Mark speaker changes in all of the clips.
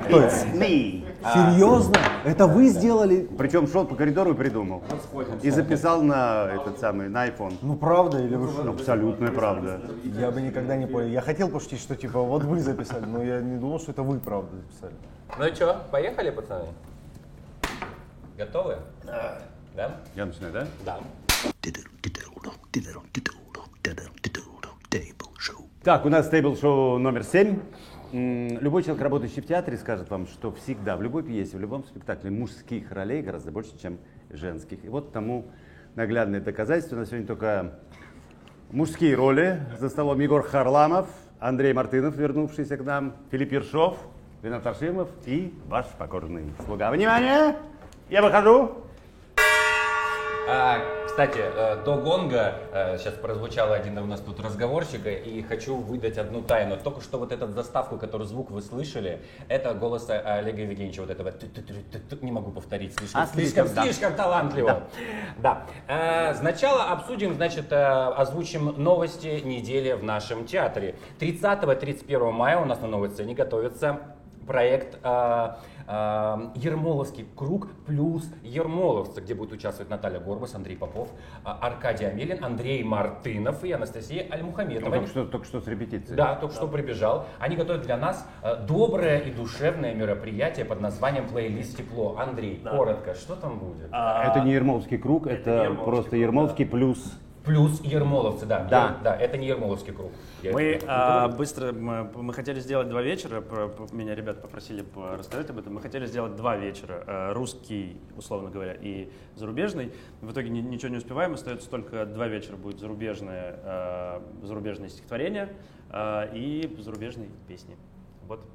Speaker 1: Кто это?
Speaker 2: It's me.
Speaker 3: А,
Speaker 1: Серьезно?
Speaker 3: ну,
Speaker 1: Это вы сделали?
Speaker 2: Причем шел по коридору и придумал. И записал на этот самый, на iPhone.
Speaker 1: Ну правда или вы что?
Speaker 2: Абсолютная правда.
Speaker 1: Я бы никогда не понял. Я хотел пошутить, что типа вот вы записали, но я не думал, что это вы правда записали.
Speaker 4: Ну и что, поехали, пацаны? Готовы? Да?
Speaker 2: Я начинаю, да?
Speaker 4: Да.
Speaker 2: Так, у нас стейбл-шоу номер 7. Любой человек, работающий в театре, скажет вам, что всегда, в любой пьесе, в любом спектакле мужских ролей гораздо больше, чем женских. И вот тому наглядное доказательство. У нас сегодня только мужские роли. За столом Егор Харламов, Андрей Мартынов, вернувшийся к нам, Филипп Ершов, Ренат Аршимов и ваш покорный слуга. Внимание! Я выхожу!
Speaker 4: А, кстати, э, до гонга э, сейчас прозвучал один у нас тут разговорщик, э, и хочу выдать одну тайну. Только что вот эту заставку, которую звук вы слышали, это голос э, Олега Евгеньевича, вот этого «ту-ту-ту-ту-ту». не могу повторить, слишком,
Speaker 2: А,
Speaker 4: слишком,
Speaker 2: слишком, да.
Speaker 4: слишком талантливо. Да. Э, Сначала обсудим, значит, э, озвучим новости недели в нашем театре. 30-31 мая у нас на новой сцене готовится проект э, э, Ермоловский круг плюс Ермоловцы, где будут участвовать Наталья Горбас, Андрей Попов, э, Аркадий Амелин, Андрей Мартынов и Анастасия
Speaker 2: Он
Speaker 4: Альмухаметова.
Speaker 2: только что, только что с репетиции.
Speaker 4: Да, только что прибежал. Они готовят для нас э, доброе и душевное мероприятие под названием «Плейлист тепло». Андрей, коротко, что там будет?
Speaker 2: Это не Ермоловский круг, это, просто Ермоловский плюс
Speaker 4: Плюс Ермоловцы, да.
Speaker 2: Да.
Speaker 4: Ер- да, это не Ермоловский круг. Я
Speaker 5: Мы
Speaker 4: это-
Speaker 5: а, быстро, мы, мы хотели сделать два вечера, про- про- меня ребят попросили по- рассказать об этом, мы хотели сделать два вечера, э, русский, условно говоря, и зарубежный. В итоге ни- ничего не успеваем, остается только два вечера будет зарубежное, э, зарубежные стихотворения э, и зарубежные песни. Вот.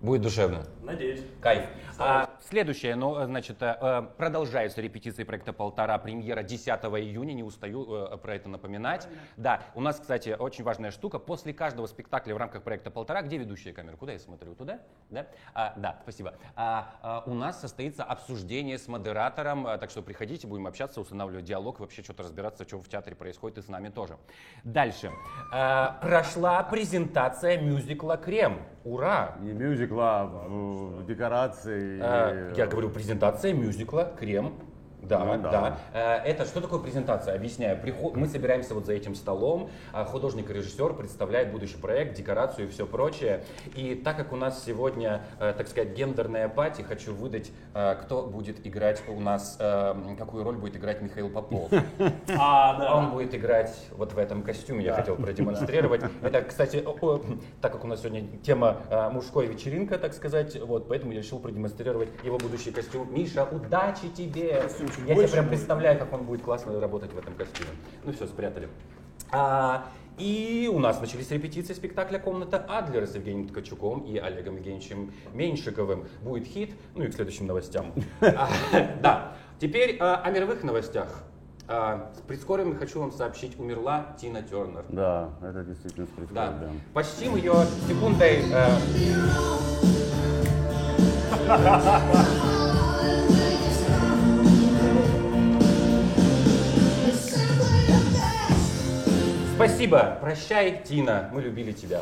Speaker 4: Будет душевно.
Speaker 5: Надеюсь.
Speaker 4: Кайф. А, следующее, ну, э, значит, э, э, продолжаются репетиции проекта «Полтора», премьера 10 июня, не устаю э, про это напоминать. Да, у нас, кстати, очень важная штука. После каждого спектакля в рамках проекта «Полтора», где ведущая камера? Куда я смотрю? Туда? Да, А, да спасибо. А, а, у нас состоится обсуждение с модератором, а, так что приходите, будем общаться, устанавливать диалог, вообще что-то разбираться, что в театре происходит и с нами тоже. Дальше. А, прошла презентация мюзикла «Крем». Ура!
Speaker 2: Не мюзикла, в, в декорации.
Speaker 4: Э, Я говорю, презентация мюзикла «Крем». Да,
Speaker 2: Ну
Speaker 4: да.
Speaker 2: да.
Speaker 4: Э, Это что такое презентация? Объясняю. Приход- Мы собираемся вот за этим столом. а Художник и режиссер представляет будущий проект, декорацию и все прочее. И так как у нас сегодня, э, так сказать, гендерная пати, хочу выдать, э, кто будет играть у нас, э, какую роль будет играть Михаил Попов.
Speaker 5: А,
Speaker 4: Он будет играть вот в этом костюме, я хотел продемонстрировать. Это, кстати, о- о, так как у нас сегодня тема а, мужской вечеринка, так сказать, вот, поэтому я решил продемонстрировать его будущий костюм. Миша, удачи тебе! Я тебе прям представляю, как он будет классно работать в этом костюме. Ну все, спрятали. А, и у нас начались репетиции спектакля «Комната Адлера» с Евгением Ткачуком и Олегом Евгеньевичем Меньшиковым. Будет хит, ну и к следующим новостям. А, Да, теперь а, о мировых новостях. А, С прискорбием хочу вам сообщить, умерла Тина Тернер.
Speaker 2: Да, это действительно спрятали.
Speaker 4: Да,
Speaker 2: Да.
Speaker 4: почтим ее секундой... э, Спасибо, прощай, Тина, мы любили тебя.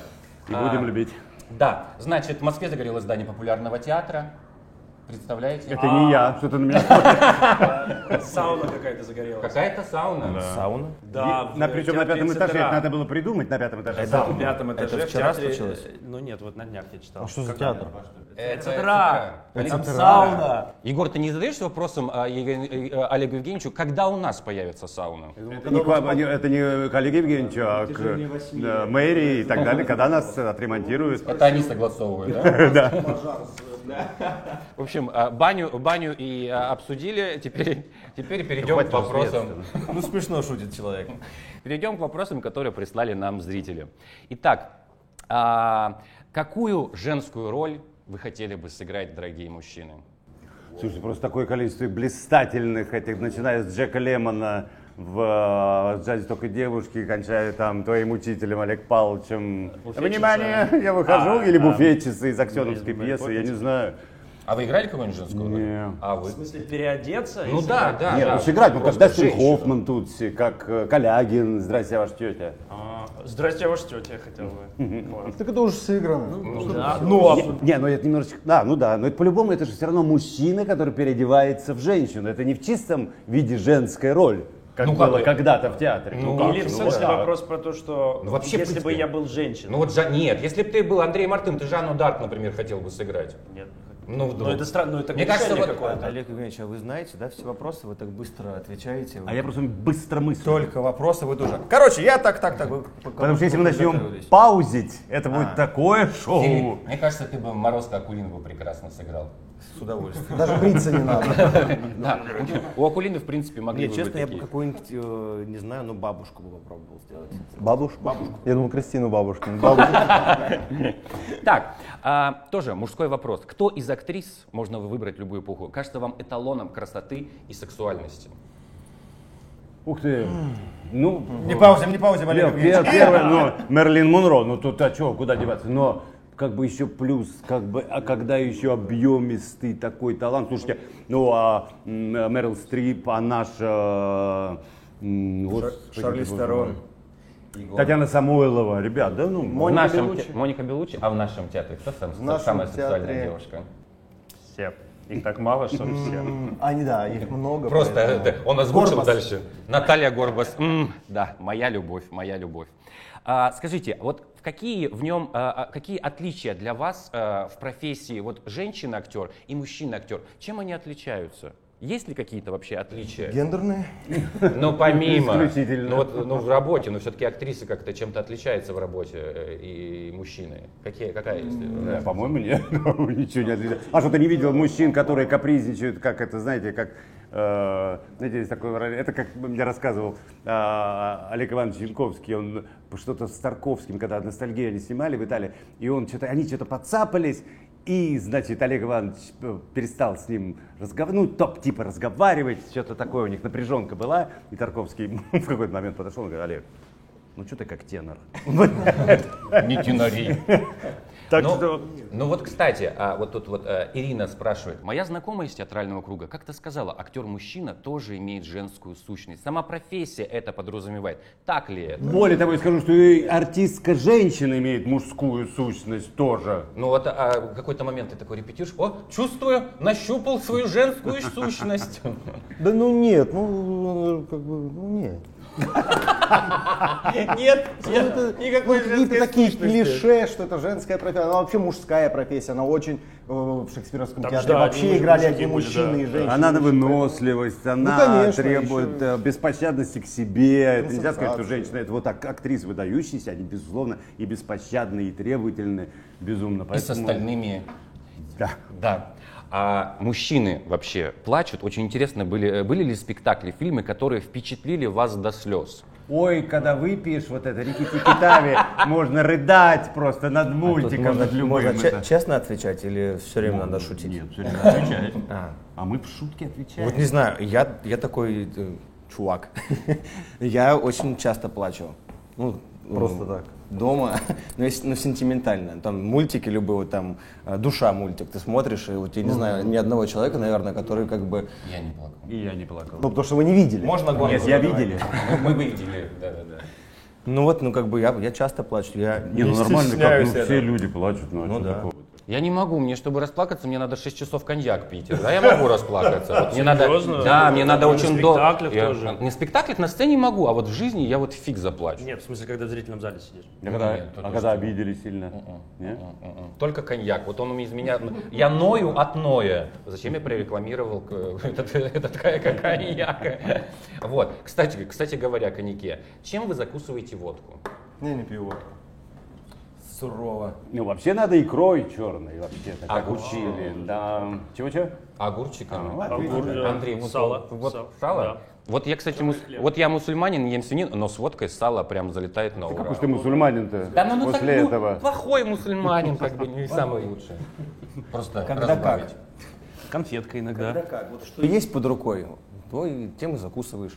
Speaker 2: И
Speaker 4: А,
Speaker 2: будем любить.
Speaker 4: Да, значит, в Москве загорелось здание популярного театра. Представляете?
Speaker 2: Это не я, что ты на меня смотришь.
Speaker 5: Сауна какая-то загорелась.
Speaker 4: А, Какая-то сауна.
Speaker 3: Сауна?
Speaker 5: Да,
Speaker 2: На- Причем на пятом этаже, это надо было придумать на пятом этаже.
Speaker 5: на пятом этаже.
Speaker 3: Это
Speaker 5: в
Speaker 3: вчера
Speaker 5: театре-
Speaker 3: случилось?
Speaker 5: Ну нет, вот на днях я читал. Э,
Speaker 1: А что за театр?
Speaker 4: Это
Speaker 5: Цитра.
Speaker 4: цитра.
Speaker 1: Это
Speaker 4: Александр.
Speaker 1: сауна.
Speaker 4: Егор, ты не задаешься вопросом а, Евген- э, Олегу Евгеньевичу, когда у нас появится сауна?
Speaker 2: Это Ну, не, к вам, они- это не к Олегу Евгеньевичу, а к да, мэрии и так далее, когда нас отремонтируют.
Speaker 4: Это они согласовывают, да? Да. В общем, а, баню, баню и а, обсудили, теперь, теперь перейдем к вопросам.
Speaker 3: Ну смешно шутит человек.
Speaker 4: Перейдем к вопросам, которые прислали нам зрители. Итак, а, какую женскую роль вы хотели бы сыграть, дорогие мужчины?
Speaker 2: Слушай, просто такое количество блистательных этих, начиная с Джека Лемона в э, джазе только девушки, и кончая там твоим учителем Олег Павловичем. Внимание, я выхожу, или буфетчицы из аксеновской пьесы, я не знаю.
Speaker 4: А вы играли какую-нибудь женскую роль?
Speaker 2: Не.
Speaker 4: А
Speaker 5: В
Speaker 4: вы?
Speaker 5: смысле, переодеться?
Speaker 4: Ну
Speaker 5: если
Speaker 4: да,
Speaker 5: так?
Speaker 4: да.
Speaker 2: Нет,
Speaker 4: да.
Speaker 2: ну сыграть, ну как
Speaker 4: Просто
Speaker 2: Дастин
Speaker 4: женщина.
Speaker 2: Хоффман тут, все, как э, Калягин, здрасте, я ваша тетя.
Speaker 5: А, Здрасте, ваша тетя, хотел бы. Вот.
Speaker 1: А Так это уже сыграно.
Speaker 4: Ну
Speaker 5: Да.
Speaker 4: да.
Speaker 5: Ну, а
Speaker 2: Не, не, ну это немножечко, да, ну да, но это по-любому, это же все равно мужчина, который переодевается в женщину. Это не в чистом виде женская роль, как
Speaker 4: Ну,
Speaker 2: было
Speaker 4: как-
Speaker 2: когда-то в театре.
Speaker 4: Ну,
Speaker 2: как
Speaker 5: Или,
Speaker 2: же,
Speaker 5: в
Speaker 2: ну,
Speaker 5: смысле,
Speaker 2: да.
Speaker 5: вопрос про то, что
Speaker 4: Ну, вообще, в
Speaker 5: если бы
Speaker 4: принципе.
Speaker 5: я был женщиной.
Speaker 4: Ну вот Жан- нет, если бы ты был Андрей Мартын, ты Жанну Дарк, например, хотел бы сыграть.
Speaker 5: Нет.
Speaker 4: Ну, вдруг.
Speaker 5: Ну, это странно, ну, это
Speaker 4: Мне кажется,
Speaker 5: решение
Speaker 4: вот-
Speaker 5: какое-то.
Speaker 3: Олег Евгеньевич, а вы знаете, да, все вопросы, вы так быстро отвечаете.
Speaker 2: А я просто быстро мыслю.
Speaker 3: Только вопросы вы тоже. Короче, я так, так, так. вы пока-
Speaker 2: Потому что если мы начнем
Speaker 3: подготовились.
Speaker 2: паузить, это
Speaker 4: А.
Speaker 2: будет такое
Speaker 4: Ты-
Speaker 2: шоу.
Speaker 4: мне кажется, ты бы Морозко Акулинову прекрасно сыграл.
Speaker 3: С удовольствием.
Speaker 1: Даже бриться не надо.
Speaker 4: Да, у Акулины, в принципе, могли
Speaker 3: Нет,
Speaker 4: бы
Speaker 3: честно,
Speaker 4: быть
Speaker 3: я бы
Speaker 4: такие.
Speaker 3: какую-нибудь, э, не знаю, ну бабушку бы попробовал сделать.
Speaker 1: Бабушку? Я думал, Кристину бабушку. Бабушку.
Speaker 4: Так, а, тоже мужской вопрос. Кто из актрис, можно вы выбрать любую эпоху, кажется вам эталоном красоты и сексуальности?
Speaker 2: Ух ты. Ну,
Speaker 3: Не паузим, не паузим,
Speaker 2: Лев,
Speaker 3: Олег Евгеньевич.
Speaker 2: пе- первое, ну, Мерлин Монро, ну тут, а что, куда деваться, но как бы еще плюс, как бы, а когда еще объемистый такой талант, слушайте, ну а м, Мерил Стрип, а наш... э, м,
Speaker 3: Шар-
Speaker 2: вот-
Speaker 3: Шарлиз Терон.
Speaker 2: Татьяна Самойлова, ребят, да ну...
Speaker 4: в
Speaker 1: Моника
Speaker 4: нашем
Speaker 1: Беллуччи.
Speaker 4: те- Моника Белучи, а в нашем театре кто сам-
Speaker 1: нашем
Speaker 4: самая сексуальная
Speaker 1: театре.
Speaker 4: девушка?
Speaker 5: Все. Их так мало, что ли, все.
Speaker 1: А, не да, их много.
Speaker 4: Просто
Speaker 1: поэтому.
Speaker 4: э, он озвучил
Speaker 1: Горбас.
Speaker 4: дальше. Наталья Горбас. М, да, моя любовь, моя любовь. А, скажите, вот в какие в нем а, а, какие отличия для вас а, в профессии вот женщина актер и мужчина актер? Чем они отличаются? Есть ли какие-то вообще отличия?
Speaker 1: Гендерные?
Speaker 4: Ну, помимо.
Speaker 2: Исключительно.
Speaker 4: Ну, вот, ну, в работе, но все-таки актрисы как-то чем-то отличаются в работе э, и мужчины. Какие, какая есть?
Speaker 2: Да, Э, по-моему, нет, ничего не отличается. А что ты не видел мужчин, которые капризничают, как это, знаете, как э, знаете, есть такое выражение, это как мне рассказывал э, Олег Иванович Янковский, он что-то с Тарковским, когда «Ностальгия» они снимали в Италии, и он что-то, они что-то подцапались, и, значит, Олег Иванович э, перестал с ним разговаривать, ну, топ типа разговаривать, что-то такое у них напряженка была, и Тарковский в какой-то момент подошел и говорит, Олег, ну что ты как тенор?
Speaker 4: Не тянари.
Speaker 2: Так
Speaker 4: ну,
Speaker 2: что-
Speaker 4: ну вот, кстати, а, вот тут вот э, Ирина спрашивает. Моя знакомая из театрального круга как-то сказала, актер-мужчина тоже имеет женскую сущность. Сама профессия это подразумевает. Так ли это?
Speaker 2: Более того, я скажу, что и артистка женщина имеет мужскую сущность тоже.
Speaker 4: Ну вот а, в какой-то момент ты такой репетируешь, о, чувствую, нащупал свою женскую сущность.
Speaker 1: Да ну нет, ну э, как бы, ну нет.
Speaker 3: Нет,
Speaker 1: Это, ну, какие-то такие клише, что это женская профессия, она вообще мужская профессия, она очень э, в шекспировском
Speaker 5: Там же,
Speaker 1: театре
Speaker 5: да,
Speaker 1: вообще
Speaker 5: одни
Speaker 1: играли
Speaker 5: мужики
Speaker 1: одни
Speaker 5: были,
Speaker 1: мужчины
Speaker 5: да,
Speaker 1: и
Speaker 5: да.
Speaker 1: женщины.
Speaker 2: Она надо выносливость, она
Speaker 1: конечно,
Speaker 2: требует
Speaker 1: еще-
Speaker 2: э, беспощадности к себе. Это нельзя сказать, что
Speaker 1: Концентрация.
Speaker 2: женщина это вот так, актрисы выдающиеся, они, безусловно, и беспощадны, и требовательны, безумно.
Speaker 4: И с
Speaker 2: Поэтому-
Speaker 4: остальными
Speaker 2: Да.
Speaker 4: Да. А мужчины вообще плачут. Очень интересно, были, э, были ли спектакли, фильмы, которые впечатлили вас до слез?
Speaker 2: Ой, когда выпьешь вот это рикки-тикитави, можно рыдать просто
Speaker 1: А,
Speaker 2: над мультиком, над любым.
Speaker 3: Можно
Speaker 2: это.
Speaker 3: че- честно отвечать или все время надо шутить?
Speaker 2: Нет, всё время отвечает.
Speaker 3: А.
Speaker 2: А мы в шутке отвечаем.
Speaker 3: Вот не знаю, я, я такой э, чувак. я очень часто плачу. Ну,
Speaker 1: Просто
Speaker 3: э,
Speaker 1: так.
Speaker 3: Дома, но если, ну, сентиментально. Там мультики любые, вот там э, душа мультик, ты смотришь, и вот я не знаю ни одного человека, наверное, который как бы...
Speaker 4: Я не плакал.
Speaker 2: И я не плакал.
Speaker 1: Ну, потому что вы не видели.
Speaker 3: Можно гонку
Speaker 2: Нет, я
Speaker 3: задавать?
Speaker 2: видели.
Speaker 4: Мы, мы выглядели, да-да-да.
Speaker 3: Ну вот, ну как бы я, я часто плачу. Я
Speaker 2: Не, ну нормально, как,
Speaker 3: стесняюсь
Speaker 2: ну,
Speaker 3: этого.
Speaker 2: все люди плачут, ну, а
Speaker 3: Ну
Speaker 2: чё
Speaker 3: да.
Speaker 2: такого?
Speaker 4: Я не могу, мне, чтобы расплакаться, мне надо 6 часов коньяк пить. Да, я могу расплакаться. Вот мне надо,
Speaker 5: Серьезно? Ну,
Speaker 4: да, мне надо
Speaker 5: На
Speaker 4: очень долго.
Speaker 5: спектаклях
Speaker 4: Я-
Speaker 5: тоже?
Speaker 4: На спектаклях на сцене могу, а вот в жизни я вот фиг заплачу.
Speaker 5: Нет, в смысле, когда в зрительном зале сидишь.
Speaker 3: Ну
Speaker 2: А когда,
Speaker 4: Нет,
Speaker 2: а
Speaker 4: тоже
Speaker 2: когда обидели сильно? Не?
Speaker 4: М-м. Только коньяк. Вот он из меня... Я ною от ноя. Зачем я прорекламировал к- этот, этот ка- коньяк? Вот. Кстати, кстати говоря, о коньяке. Чем вы закусываете водку?
Speaker 1: Не, не пью.
Speaker 3: Сурово.
Speaker 2: Ну, вообще надо икрой черной, вообще-то,
Speaker 4: А,
Speaker 2: как учили. Да. Чего-чего?
Speaker 1: А, ну
Speaker 4: Огурчиком.
Speaker 5: А Огурчик.
Speaker 4: Андрей, вот-
Speaker 5: Э, Сало.
Speaker 4: вот
Speaker 5: Сало.
Speaker 4: сало?
Speaker 5: Да.
Speaker 4: Вот я, кстати, мус- вот я мусульманин, ем свинину, но с водкой сало прям залетает на ура.
Speaker 2: Какой ж ты мусульманин-то
Speaker 4: Да, ну, ну,
Speaker 2: после
Speaker 4: так, ну,
Speaker 2: этого?
Speaker 4: плохой мусульманин, как бы не самый лучший. Просто
Speaker 3: Когда
Speaker 4: разбавить.
Speaker 3: как?
Speaker 5: Конфетка иногда.
Speaker 3: как? Вот что есть под рукой, то и тем и закусываешь.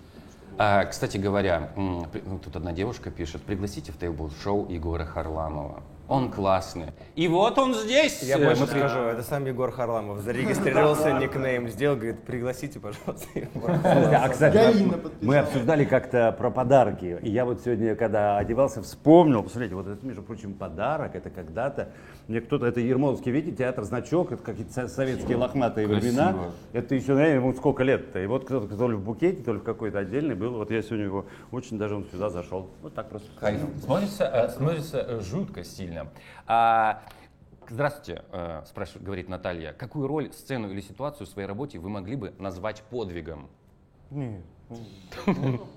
Speaker 4: А, кстати говоря, м, при- ну, тут одна девушка пишет, пригласите в тейбл-шоу Егора Харламова. Он классный. И вот он здесь.
Speaker 3: Я
Speaker 4: Э,
Speaker 3: больше
Speaker 4: мы
Speaker 3: скажу, это сам Егор Харламов зарегистрировался, никнейм сделал, говорит, пригласите, пожалуйста. Егора».
Speaker 2: Слушайте, а, кстати,
Speaker 1: Я
Speaker 2: мы-
Speaker 1: Инна подписала.
Speaker 2: мы обсуждали как-то про подарки. И я вот сегодня, когда одевался, вспомнил, посмотрите, вот это, между прочим, подарок, это когда-то, мне кто-то, это Ермоловский, видите, театр «Значок», это какие-то со- советские лохматые времена. Это еще, наверное, ему сколько лет-то. И вот кто-то то ли в букете, то ли в какой-то отдельный был. Вот я сегодня его очень даже он сюда зашел. Вот так просто.
Speaker 4: Кайф. Смотрится, э, смотрится э, жутко сильно. А, Здравствуйте, э, спрашивает, говорит Наталья. Какую роль, сцену или ситуацию в своей работе вы могли бы назвать подвигом? ну,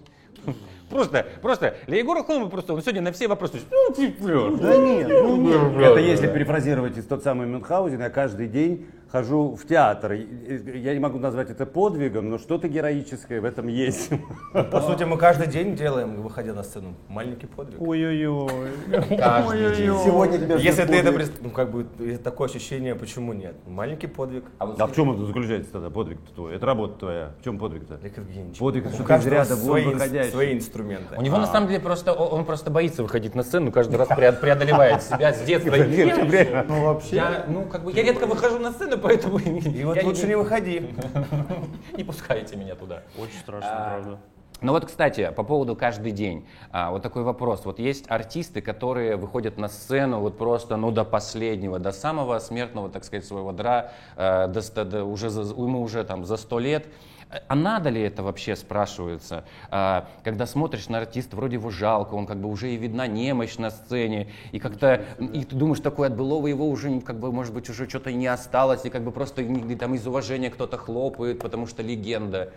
Speaker 4: Просто, просто, для Егора Хлынова просто, он сегодня на все вопросы, ну, типа,
Speaker 1: Да нет, ну нет.
Speaker 2: Это если перефразировать из тот самый Мюнхгаузен, я каждый день хожу в театр. И- и- Я не могу назвать это подвигом, но что-то героическое в этом есть.
Speaker 3: По сути, мы каждый день делаем, выходя на сцену, маленький подвиг.
Speaker 5: Ой-ой-ой.
Speaker 1: Сегодня тебя
Speaker 3: Если
Speaker 1: ждет
Speaker 3: ты это
Speaker 1: подвиг.
Speaker 3: пред- ну как бы э, такое ощущение, почему нет? Маленький подвиг.
Speaker 4: А вот
Speaker 2: А в чем это заключается тогда подвиг твой? Это работа твоя. В чем подвиг-то?
Speaker 3: Олег Евгеньевич.
Speaker 2: Подвиг,
Speaker 3: у
Speaker 2: что ты из
Speaker 3: каждого
Speaker 2: ряда вон
Speaker 3: свои, ин-
Speaker 2: выходящий.
Speaker 3: свои инструменты.
Speaker 4: У него на самом деле просто, о- он просто боится выходить на сцену, каждый раз пре- преодолевает себя с детства.
Speaker 1: Ну вообще.
Speaker 4: Я, ну, как бы, я редко выхожу на сцену, поэтому
Speaker 3: И вот
Speaker 4: я не-
Speaker 3: лучше не выходи.
Speaker 4: не пускайте меня туда.
Speaker 5: Очень страшно, правда.
Speaker 4: Ну вот, кстати, по поводу каждый день. А, вот такой вопрос. Вот есть артисты, которые выходят на сцену вот просто, ну, до последнего, до самого смертного, так сказать, своего дра, э, до, ста- до уже за- ему уже там за сто лет. Э, А надо ли это вообще, спрашивается? А, когда смотришь на артиста, вроде его жалко, он как бы уже и видна немощь на сцене, и как-то, и ты думаешь, такое от былого его уже, как бы, может быть, уже что-то и не осталось, и как бы просто и- и там из уважения кто-то хлопает, потому что легенда.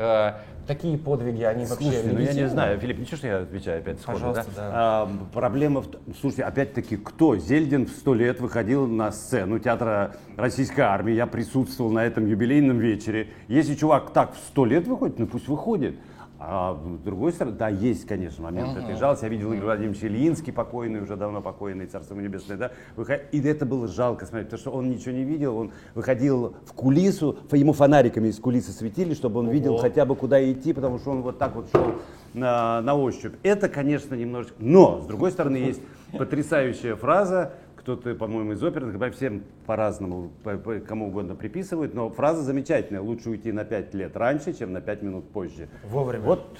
Speaker 4: Э, такие подвиги, они
Speaker 2: Слушайте,
Speaker 4: вообще...
Speaker 2: ну я не
Speaker 4: легитимны?
Speaker 2: знаю, Филипп, ничего, что я отвечаю опять сходу,
Speaker 3: Пожалуйста, да.
Speaker 2: А, проблема в... т- Слушайте, опять-таки, кто? Зельдин в сто лет выходил на сцену театра российской армии, я присутствовал на этом юбилейном вечере. Если чувак так в сто лет выходит, ну пусть выходит. А с другой стороны, да, есть, конечно, момент этой жалости. Я видел Игорь Владимирович Ильинский, покойный, уже давно покойный, царство ему небесное, да, выход- и это было жалко смотреть, потому что он ничего не видел, он выходил в кулису, ф- ему фонариками из кулисы светили, чтобы он видел хотя бы куда идти, потому что он вот так вот шел на, на ощупь. Это, конечно, немножечко... Но, с другой стороны, есть потрясающая фраза, кто-то, по-моему, из оперных, по- всем по-разному, по- по- кому угодно приписывают, но фраза замечательная. Лучше уйти на 5 лет раньше, чем на 5 минут позже.
Speaker 3: Вовремя.
Speaker 2: Вот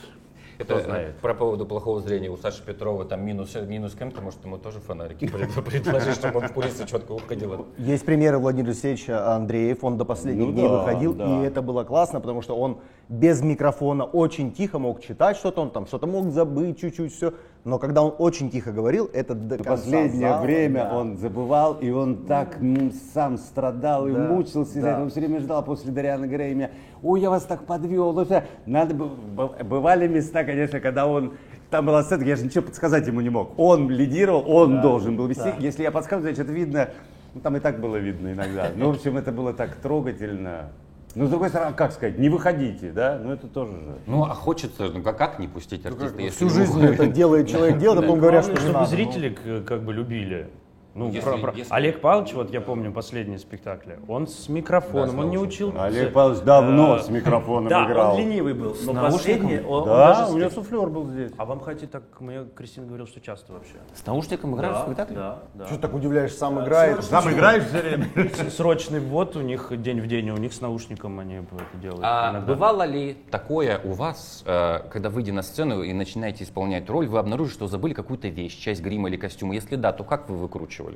Speaker 4: Это
Speaker 2: Кто знает.
Speaker 4: э, про поводу плохого зрения у Саши Петрова там минус, э, минус кем, потому что ему тоже фонарики пред- предложили, чтобы он в курицу четко уходил.
Speaker 1: Есть примеры Владимира Алексеевича Андреев, он до последних
Speaker 2: Ну
Speaker 1: дней
Speaker 2: да,
Speaker 1: выходил,
Speaker 2: да.
Speaker 1: и это было классно, потому что он без микрофона очень тихо мог читать что-то, он там что-то мог забыть чуть-чуть, все. Но когда он очень тихо говорил, это до
Speaker 2: В
Speaker 1: конца
Speaker 2: последнее
Speaker 1: зала,
Speaker 2: время
Speaker 1: да.
Speaker 2: он забывал, и он так м, сам страдал и мучился из-за
Speaker 1: да.
Speaker 2: этого. Он все время ждал после Дариана Грейми. Ой, я вас так подвел. Ну, всё. Надо бы- б- бывали места, конечно, когда он там была сцена, я же ничего подсказать ему не мог. Он лидировал, он должен был вести. Если я подсказываю, значит, видно. Ну, там и так было видно иногда. Ну, в общем, это было так трогательно. Ну, с другой стороны, а как сказать, не выходите, да? Ну, это тоже же.
Speaker 4: Ну, а хочется, ну, как, как не пустить артиста, если
Speaker 1: Всю
Speaker 4: ему-
Speaker 1: жизнь это делает человек, делает, а потом говорят, что
Speaker 5: Ну, Главное,
Speaker 1: не
Speaker 5: чтобы
Speaker 1: надо.
Speaker 5: зрители к- как бы любили. Ну,
Speaker 4: Если-
Speaker 5: про- про-
Speaker 4: если-
Speaker 5: Олег Павлович, вот я помню последние спектакли, он с микрофоном, он не учил.
Speaker 2: Олег Павлович давно
Speaker 5: Э,
Speaker 2: с микрофоном
Speaker 5: да,
Speaker 2: играл.
Speaker 5: он ленивый был, но
Speaker 3: наушником?
Speaker 5: последний, он, он даже
Speaker 2: Да,
Speaker 5: с-
Speaker 2: у него суфлер был здесь.
Speaker 5: А вам хотите так, мне Кристина говорила, что часто вообще.
Speaker 3: С наушником играешь в спектакле?
Speaker 5: Да, да.
Speaker 1: Что ты так удивляешь, сам играет.
Speaker 2: Сам играешь все время.
Speaker 5: С- Срочный ввод у них день в день, у них с наушником они это делают.
Speaker 4: А
Speaker 5: иногда.
Speaker 4: бывало ли такое у вас, э, когда выйдя на сцену и начинаете исполнять роль, вы обнаружите, что забыли какую-то вещь, часть грима или костюма? Если да, то как вы выкручивались?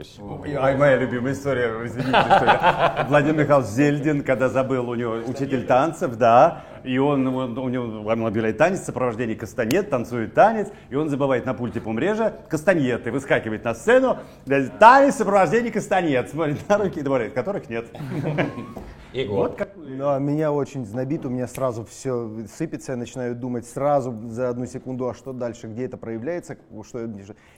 Speaker 2: Ай, моя любимая история, извините, что я. Владимир Михайлович Зельдин, когда забыл у него учитель танцев, да, и он, он- у него он объявляет танец, в сопровождении кастанет, танцует танец, и он забывает на пульте помрежа кастаньеты, выскакивает на сцену, говорит, танец в сопровождении кастанет, смотрит на руки и думает, которых нет.
Speaker 4: Егор,
Speaker 1: Да, Ну, а меня очень знобит, у меня сразу все сыпется, я начинаю думать сразу за одну секунду, а что дальше, где это проявляется, что я-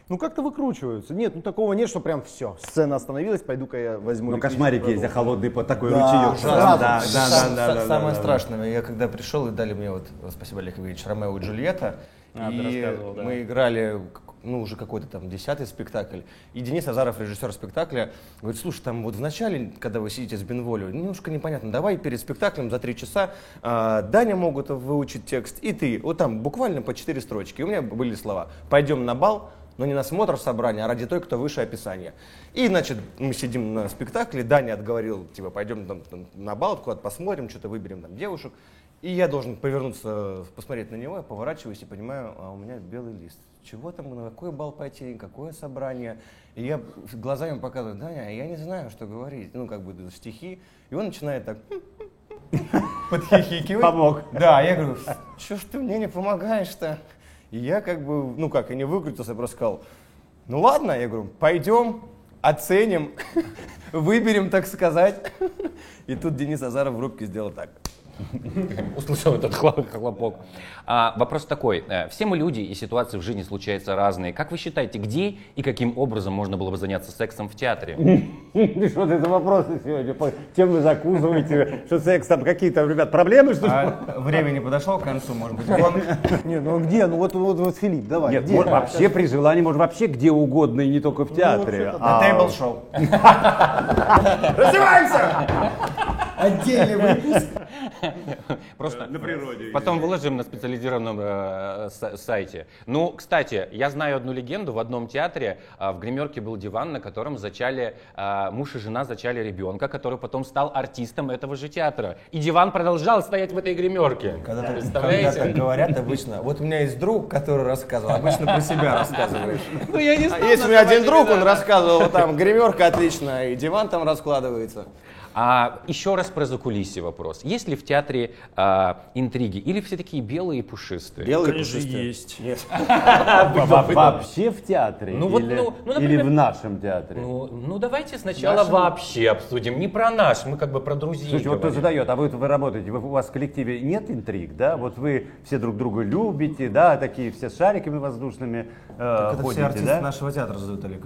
Speaker 1: ну как-то выкручиваются. Нет, ну такого нет, что прям все, сцена остановилась, пойду-ка я возьму.
Speaker 2: Ну,
Speaker 1: реквизит,
Speaker 2: кошмарик
Speaker 1: продолжу.
Speaker 2: есть, а холодный под такой
Speaker 1: Да,
Speaker 2: ручеек.
Speaker 1: сразу.
Speaker 2: Да, да, да,
Speaker 3: Сам-
Speaker 2: да,
Speaker 3: са-
Speaker 2: да,
Speaker 3: самое
Speaker 2: да, да.
Speaker 3: страшное, я когда пришел и дали мне вот, спасибо Олег Евгеньевич, Ромео и Джульетта,
Speaker 5: А, ты
Speaker 3: и
Speaker 5: рассказывал, да.
Speaker 3: мы играли к- ну, уже какой-то там десятый спектакль. И Денис Азаров, режиссер спектакля, говорит, слушай, там вот в начале, когда вы сидите с Бенволио, немножко непонятно, давай перед спектаклем за три часа а, Даня могут выучить текст, и ты. Вот там буквально по четыре строчки. И у меня были слова «Пойдем на бал», но не на смотр собрания, а ради той, кто выше описания. И, значит, мы сидим на спектакле, Даня отговорил, типа, пойдем там, там на бал, куда-то посмотрим, что-то выберем там девушек. И я должен повернуться, посмотреть на него, я поворачиваюсь и понимаю, а у меня белый лист. Чего там, на какой бал пойти, какое собрание? И я глазами показываю, Даня, а я не знаю, что говорить, ну, как бы стихи. И он начинает так подхихикивать.
Speaker 2: Помог.
Speaker 3: Да, я говорю, что ж ты мне не помогаешь-то? И я как бы, ну как, и не выкрутился, просто сказал, ну ладно, я говорю, пойдем, оценим, выберем, так сказать. И тут Денис Азаров в рубке сделал так.
Speaker 4: Услышал этот хла- хлопок. А, вопрос такой. Э, Все мы люди, и ситуации в жизни случаются разные. Как вы считаете, где и каким образом можно было бы заняться сексом в
Speaker 3: Э,
Speaker 4: театре?
Speaker 2: Что это вопросы сегодня? По- Чем вы закусываете? Что секс там? Какие там, ребят, проблемы, что ли?
Speaker 3: А время не подошло к концу, может быть, он...
Speaker 1: Нет, ну где? Ну вот, вот, вот Филипп, давай.
Speaker 2: Нет,
Speaker 1: где?
Speaker 2: можно вообще при желании, можно вообще где угодно и не только в театре. А
Speaker 3: На тейбл-шоу.
Speaker 1: Отдельный выпуск.
Speaker 4: Просто на природе. Потом выложим на специализированном э, с- сайте. Ну, кстати, я знаю одну легенду. В одном театре а, в гримерке был диван, на котором зачали а, муж и жена зачали ребенка, который потом стал артистом этого же театра. И диван продолжал стоять в этой гримерке.
Speaker 3: Когда так, когда
Speaker 4: Представляете?
Speaker 3: так говорят обычно, вот у меня есть друг, который рассказывал, обычно про себя рассказываешь.
Speaker 4: Ну, я не
Speaker 3: А
Speaker 4: стал
Speaker 3: Есть у меня
Speaker 4: называть
Speaker 3: один друг, он
Speaker 4: имена.
Speaker 3: рассказывал, вот там гримерка отличная, и диван там раскладывается.
Speaker 4: А еще раз про закулисье вопрос. Есть ли в театре а, интриги или все такие белые и пушистые?
Speaker 3: Белый
Speaker 5: Конечно,
Speaker 3: пушистый.
Speaker 5: есть.
Speaker 2: Во- во- А Вообще в театре?
Speaker 4: Ну вот,
Speaker 2: или,
Speaker 4: ну, ну,
Speaker 2: или
Speaker 4: например-
Speaker 2: в нашем театре?
Speaker 4: Ну, ну, давайте сначала вообще обсудим. Не про наш, мы как бы про друзей
Speaker 2: Слушайте, вот кто
Speaker 4: говорим.
Speaker 2: задает, а вы, вы работаете, вы- у вас в коллективе нет интриг, да? Вот вы все друг друга любите, да, такие все с шариками воздушными э, ходите, да?
Speaker 3: нашего театра задают, Олег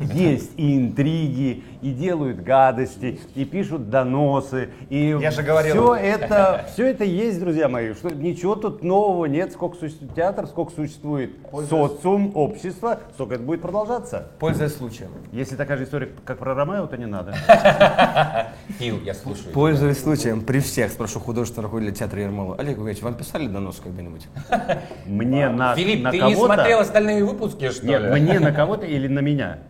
Speaker 2: Есть и интриги, и делают гадости, и пишут доносы, и
Speaker 3: Я же говорил.
Speaker 2: все это, все это есть, друзья мои. Что, ничего тут нового нет, сколько существует театр, сколько существует социум, общество, сколько это будет продолжаться.
Speaker 3: Пользуясь случаем.
Speaker 2: Если такая же история, как про Ромео, то не надо.
Speaker 4: Фил, я слушаю.
Speaker 3: Пользуясь случаем, при всех спрошу художественного руководителя театра Ермолова. Олег Ильич, вам писали донос когда-нибудь?
Speaker 2: Мне на,
Speaker 4: Филипп,
Speaker 2: на
Speaker 4: ты не
Speaker 2: кого-то...
Speaker 4: смотрел остальные выпуски, что
Speaker 2: Нет,
Speaker 4: ли?
Speaker 2: мне на кого-то или на меня?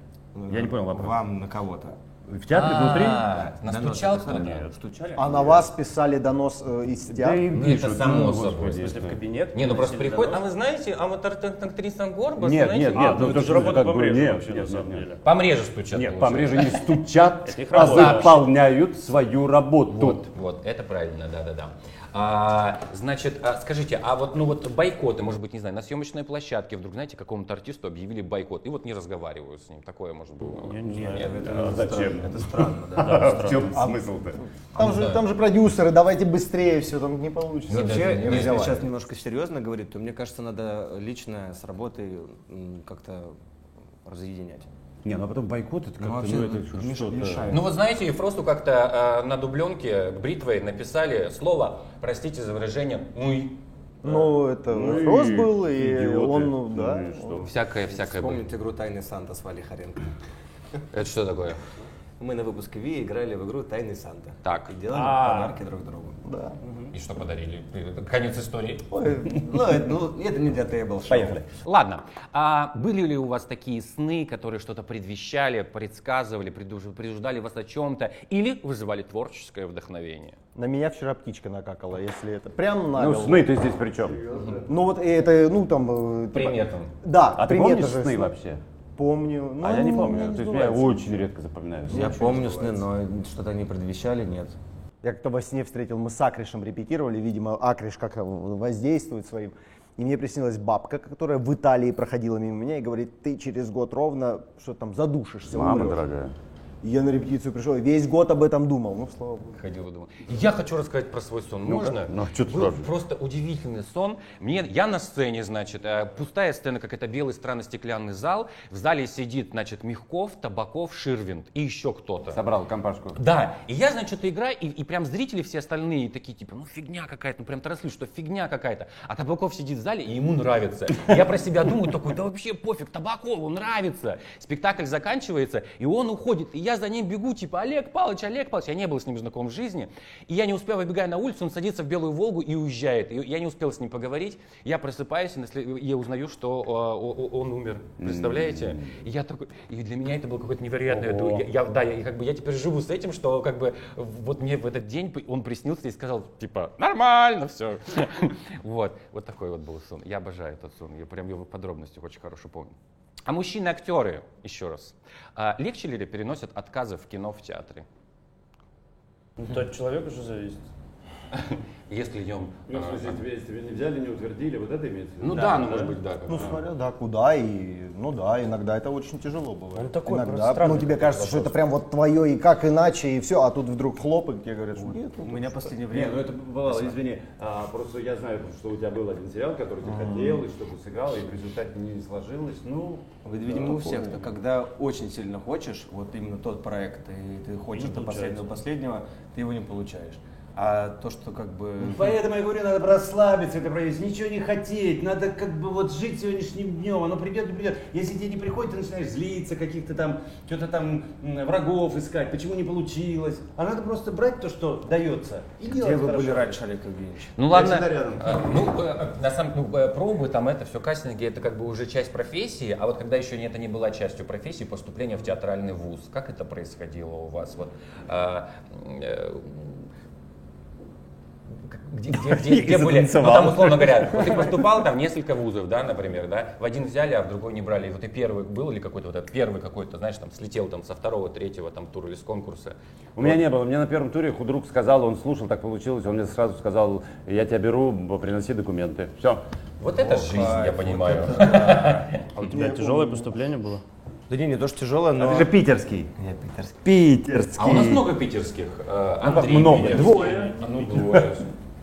Speaker 2: Я не понял вопрос.
Speaker 3: Вам на кого-то.
Speaker 2: В театре внутри?
Speaker 4: А, настучал кто-то?
Speaker 3: Стучали?
Speaker 1: А на вас писали донос э, из
Speaker 2: Да
Speaker 1: театра?
Speaker 2: и
Speaker 4: Ну,
Speaker 2: пишут,
Speaker 4: это само
Speaker 2: ну,
Speaker 4: собой.
Speaker 2: господи.
Speaker 5: Если в кабинет.
Speaker 4: Не, ну просто
Speaker 5: приносили
Speaker 4: приходит, а
Speaker 5: донос.
Speaker 4: вы знаете, а вот ар- ар- актриса Горбас,
Speaker 2: Нет,
Speaker 4: знаете,
Speaker 2: нет,
Speaker 5: А,
Speaker 2: нет, ну,
Speaker 5: ну, это
Speaker 2: то,
Speaker 5: же
Speaker 2: что
Speaker 5: работа
Speaker 2: как
Speaker 5: по
Speaker 2: бы,
Speaker 5: мрежу
Speaker 2: нет,
Speaker 5: вообще, на
Speaker 2: нет,
Speaker 5: самом
Speaker 2: нет.
Speaker 5: деле.
Speaker 4: по мреже стучат.
Speaker 2: Нет, по
Speaker 4: получается.
Speaker 2: мреже не стучат,
Speaker 5: Это их
Speaker 2: а
Speaker 5: работа.
Speaker 2: выполняют свою работу.
Speaker 4: Вот, вот, это правильно, да-да-да. А, значит, а, скажите, а вот, ну вот бойкоты, может быть, не знаю, на съемочной площадке вдруг, знаете, какому-то артисту объявили бойкот, и вот не разговаривают с ним, такое может быть.
Speaker 5: Я не знаю, это-
Speaker 2: Зачем?
Speaker 5: Это странно, да.
Speaker 2: В чем смысл-то?
Speaker 1: А Там же, там же продюсеры, давайте быстрее все, там не получится.
Speaker 2: Ну,
Speaker 3: Вообще,
Speaker 1: не
Speaker 3: если
Speaker 1: взяла.
Speaker 3: сейчас немножко серьезно говорить, то мне кажется, надо лично с работой м, как-то разъединять.
Speaker 2: Не, ну а потом бойкот, это как-то,
Speaker 3: вообще,
Speaker 2: ну это
Speaker 3: ну,
Speaker 2: что-
Speaker 3: меш-
Speaker 2: что-то...
Speaker 3: мешает.
Speaker 4: Ну вот знаете, Фросту как-то а, на дубленке бритвой написали слово, простите за выражение, «уй».
Speaker 1: Ну, это
Speaker 2: Ну и
Speaker 1: вопрос был, и
Speaker 2: идиоты.
Speaker 1: он, ну, да.
Speaker 2: и что?
Speaker 4: Всякое-всякое. было.
Speaker 3: Вспомните игру «Тайный Санта» с Валей Харенко.
Speaker 4: Это что такое?
Speaker 3: Мы на выпуске Ви играли в игру «Тайный Санта».
Speaker 4: Так.
Speaker 3: И делали подарки друг другу.
Speaker 4: И что подарили? Конец истории.
Speaker 3: Ой, ну, это, ну, это не для тейбл Поехали.
Speaker 4: Ладно, а были ли у вас такие сны, которые что-то предвещали, предсказывали, предуж- предупреждали вас о чем-то или вызывали творческое вдохновение?
Speaker 1: На меня вчера птичка накакала, если это. Прям на
Speaker 2: Ну,
Speaker 1: голову.
Speaker 2: сны ты здесь при чем?
Speaker 1: Ну вот это, ну там... э, типа-
Speaker 4: Приметом.
Speaker 1: Да,
Speaker 2: А ты
Speaker 1: примета
Speaker 2: помнишь
Speaker 1: же.
Speaker 2: сны вообще?
Speaker 1: Помню. Ну,
Speaker 2: А я не
Speaker 1: они у
Speaker 2: помню.
Speaker 1: меня
Speaker 2: То есть я
Speaker 1: сбываются.
Speaker 2: очень редко запоминаю. сны.
Speaker 3: Я помню сны, но что-то они предвещали, нет.
Speaker 1: Я как-то во сне встретил, мы с Акришем репетировали, видимо, Акриш как-то воздействует своим. И мне приснилась бабка, которая в Италии проходила мимо меня и говорит, ты через год ровно, что там, задушишься,
Speaker 2: Мама
Speaker 1: умрёшь».
Speaker 2: дорогая.
Speaker 1: И я на репетицию пришел, и весь год об этом думал. Ну, слава богу.
Speaker 4: Ходил и думал. Я хочу рассказать про свой сон. Можно?
Speaker 2: ну, чё ты
Speaker 4: Был
Speaker 2: скажешь?
Speaker 4: Просто удивительный сон. Мне, я на сцене, значит, э, пустая сцена, как это белый странно-стеклянный зал. В зале сидит, значит, Мягков, Табаков, Ширвинд и еще кто-то.
Speaker 2: Собрал компашку.
Speaker 4: Да, и я, значит, играю, и, и прям зрители все остальные такие, типа, ну фигня какая-то, ну прям транслируют, что фигня какая-то. А Табаков сидит в зале, и ему нравится. Я про себя думаю такой, да вообще пофиг, Табакову нравится. Спектакль заканчивается, и он уходит, и я за ним бегу, типа, Олег Павлович, Олег Павлович. Я не был с ним знаком в жизни. И я не успел, выбегая на улицу, он садится в Белую Волгу и уезжает. И я не успел с ним поговорить. Я просыпаюсь, и на след- я узнаю, что а, о- о- он умер. Представляете? И я такой, и для меня это было какое-то невероятное.
Speaker 2: Ого.
Speaker 4: Я, я- да, я, и как бы, я теперь живу с этим, что как бы вот мне в этот день он приснился и сказал, типа, нормально все. Вот, вот такой вот был сон. Я обожаю этот сон, я прям его подробности очень хорошо помню. А мужчины-актеры, еще раз, а, легче ли переносят отказы в кино в театре?
Speaker 5: Ну, то от человека же зависит.
Speaker 4: Если идем...
Speaker 2: Ну, в смысле, тебе, если тебя не взяли, не утвердили, вот это имеется в виду?
Speaker 4: Ну да, ну может быть, да. как
Speaker 1: Ну,
Speaker 4: бы.
Speaker 1: смотря, да, куда и... Ну да, иногда это очень тяжело бывает.
Speaker 6: Он такой,
Speaker 1: иногда,
Speaker 6: просто странный
Speaker 1: ну тебе кажется, что это прям вот твое и как иначе, и все, а тут вдруг хлоп, и тебе говорят, что нет, ну,
Speaker 6: У меня последнее
Speaker 2: Не,
Speaker 6: время...
Speaker 2: ну это бывало, извини. А, просто я знаю, что у тебя был один сериал, который ты хотел, и чтобы сыграл, и в результате не сложилось. Ну,
Speaker 3: Вы, видимо, у всех, так, когда очень сильно хочешь, вот именно тот проект, и ты хочешь до последнего последнего, ты его не получаешь. А то, что как бы.
Speaker 2: Поэтому я говорю, надо расслабиться, это проявить, ничего не хотеть, надо как бы вот жить сегодняшним днем, оно придет, не придет. Если тебе не приходит, ты начинаешь злиться, каких-то там, что-то там м, врагов искать, почему не получилось. А надо просто брать то, что дается, и делать
Speaker 3: Где вы
Speaker 2: хорошо.
Speaker 3: были раньше, Олег Евгеньевич?
Speaker 4: Ну ладно.
Speaker 2: всегда рядом.
Speaker 4: А, Ну, э, на самом ну, э, пробы, там это все кастинги, это как бы уже часть профессии, а вот когда еще это не была частью профессии, поступление в театральный вуз, как это происходило у вас? Вот, а, э, как- где, где- где- где были? Ну, там, условно говоря, вот ты поступал там в несколько вузов, да, например, да, в один взяли, а в другой не брали. И вот и первый был или какой-то, вот этот первый какой-то, знаешь, там слетел там со второго, третьего там тура или с конкурса.
Speaker 2: У меня не было. Мне на первом туре худрук сказал, он слушал, так получилось, он мне сразу сказал, я тебя беру, приноси документы. Все.
Speaker 4: Вот это жизнь, я понимаю.
Speaker 5: А у тебя тяжелое поступление было?
Speaker 3: Да не, не то, что тяжело, но...
Speaker 2: Это же питерский.
Speaker 3: Я питерский.
Speaker 2: Питерский.
Speaker 4: А у нас много питерских. э,
Speaker 2: Ну, как
Speaker 4: Андрей
Speaker 2: много?
Speaker 4: питерский.
Speaker 2: Двое.
Speaker 4: А, Ну, двое.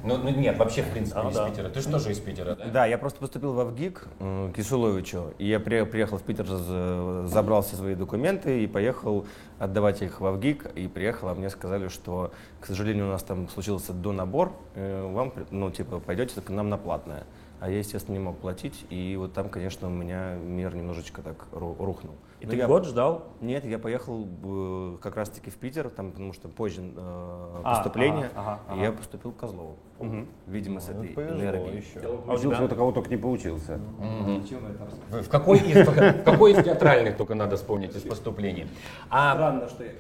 Speaker 4: Ну, ну, нет, вообще, в принципе,
Speaker 3: А,
Speaker 4: из Питера. Ты же тоже из Питера, да?
Speaker 3: Да, я просто поступил в Авгик э, к Кисуловичу, и я при- приехал в Питер, за- забрал все свои документы и поехал отдавать их в Авгик, и приехал, а мне сказали, что, к сожалению, у нас там случился донабор, э, вам, при- ну, типа, пойдете к нам на платное. А я, естественно, не мог платить, и вот там, конечно, у меня мир немножечко так ру- рухнул.
Speaker 5: И
Speaker 3: Но
Speaker 5: ты
Speaker 3: я-
Speaker 5: год ждал?
Speaker 3: Нет, я поехал э, как раз-таки в Питер, там, потому что позже э,
Speaker 5: А,
Speaker 3: поступление,
Speaker 5: ага, ага, Ну,
Speaker 3: и я поступил к Козлову. Видимо, с этой энергией.
Speaker 2: Учился, вот такого только не получился.
Speaker 4: В в какой из, в какой из театральных только надо вспомнить из поступлений? А,
Speaker 3: Странно, что я...